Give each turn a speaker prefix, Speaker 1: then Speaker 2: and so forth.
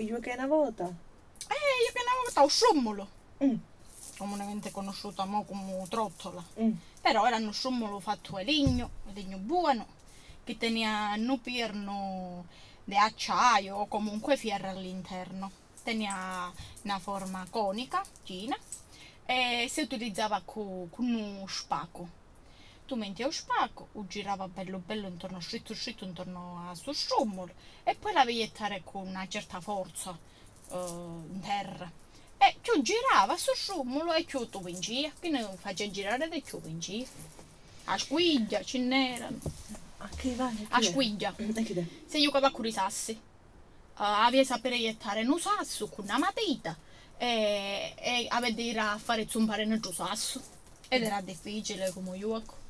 Speaker 1: Yuki Navota.
Speaker 2: Eh, io pianavo stavo sciommolo,
Speaker 1: Mm,
Speaker 2: comunemente conosciuto mo come trottola.
Speaker 1: mm.
Speaker 2: Però era uno sciommolo fatto di legno, di legno buono, che tenia un perno di acciaio o comunque ferro all'interno. Tenia una forma conica, china, e si utilizzava con uno spacco. Tu metti lo spacco, lo girava bello bello intorno, scritto scritto intorno al suo sciommolo e poi la veiettare con una certa forza eh, in terra. E ci Eh, girava sul sciommolo e ci tu in giro, che ne faceva girare e ci in giro. A squiglia, ce n'erano.
Speaker 1: A Ah, che vale?
Speaker 2: A squiglia.
Speaker 1: E che te?
Speaker 2: Se io cava con i sassi. aveva sapere iettare un sasso con una matita e, e aveva dire a fare zumbare nel giù sasso. Ed era difficile come io. ecco.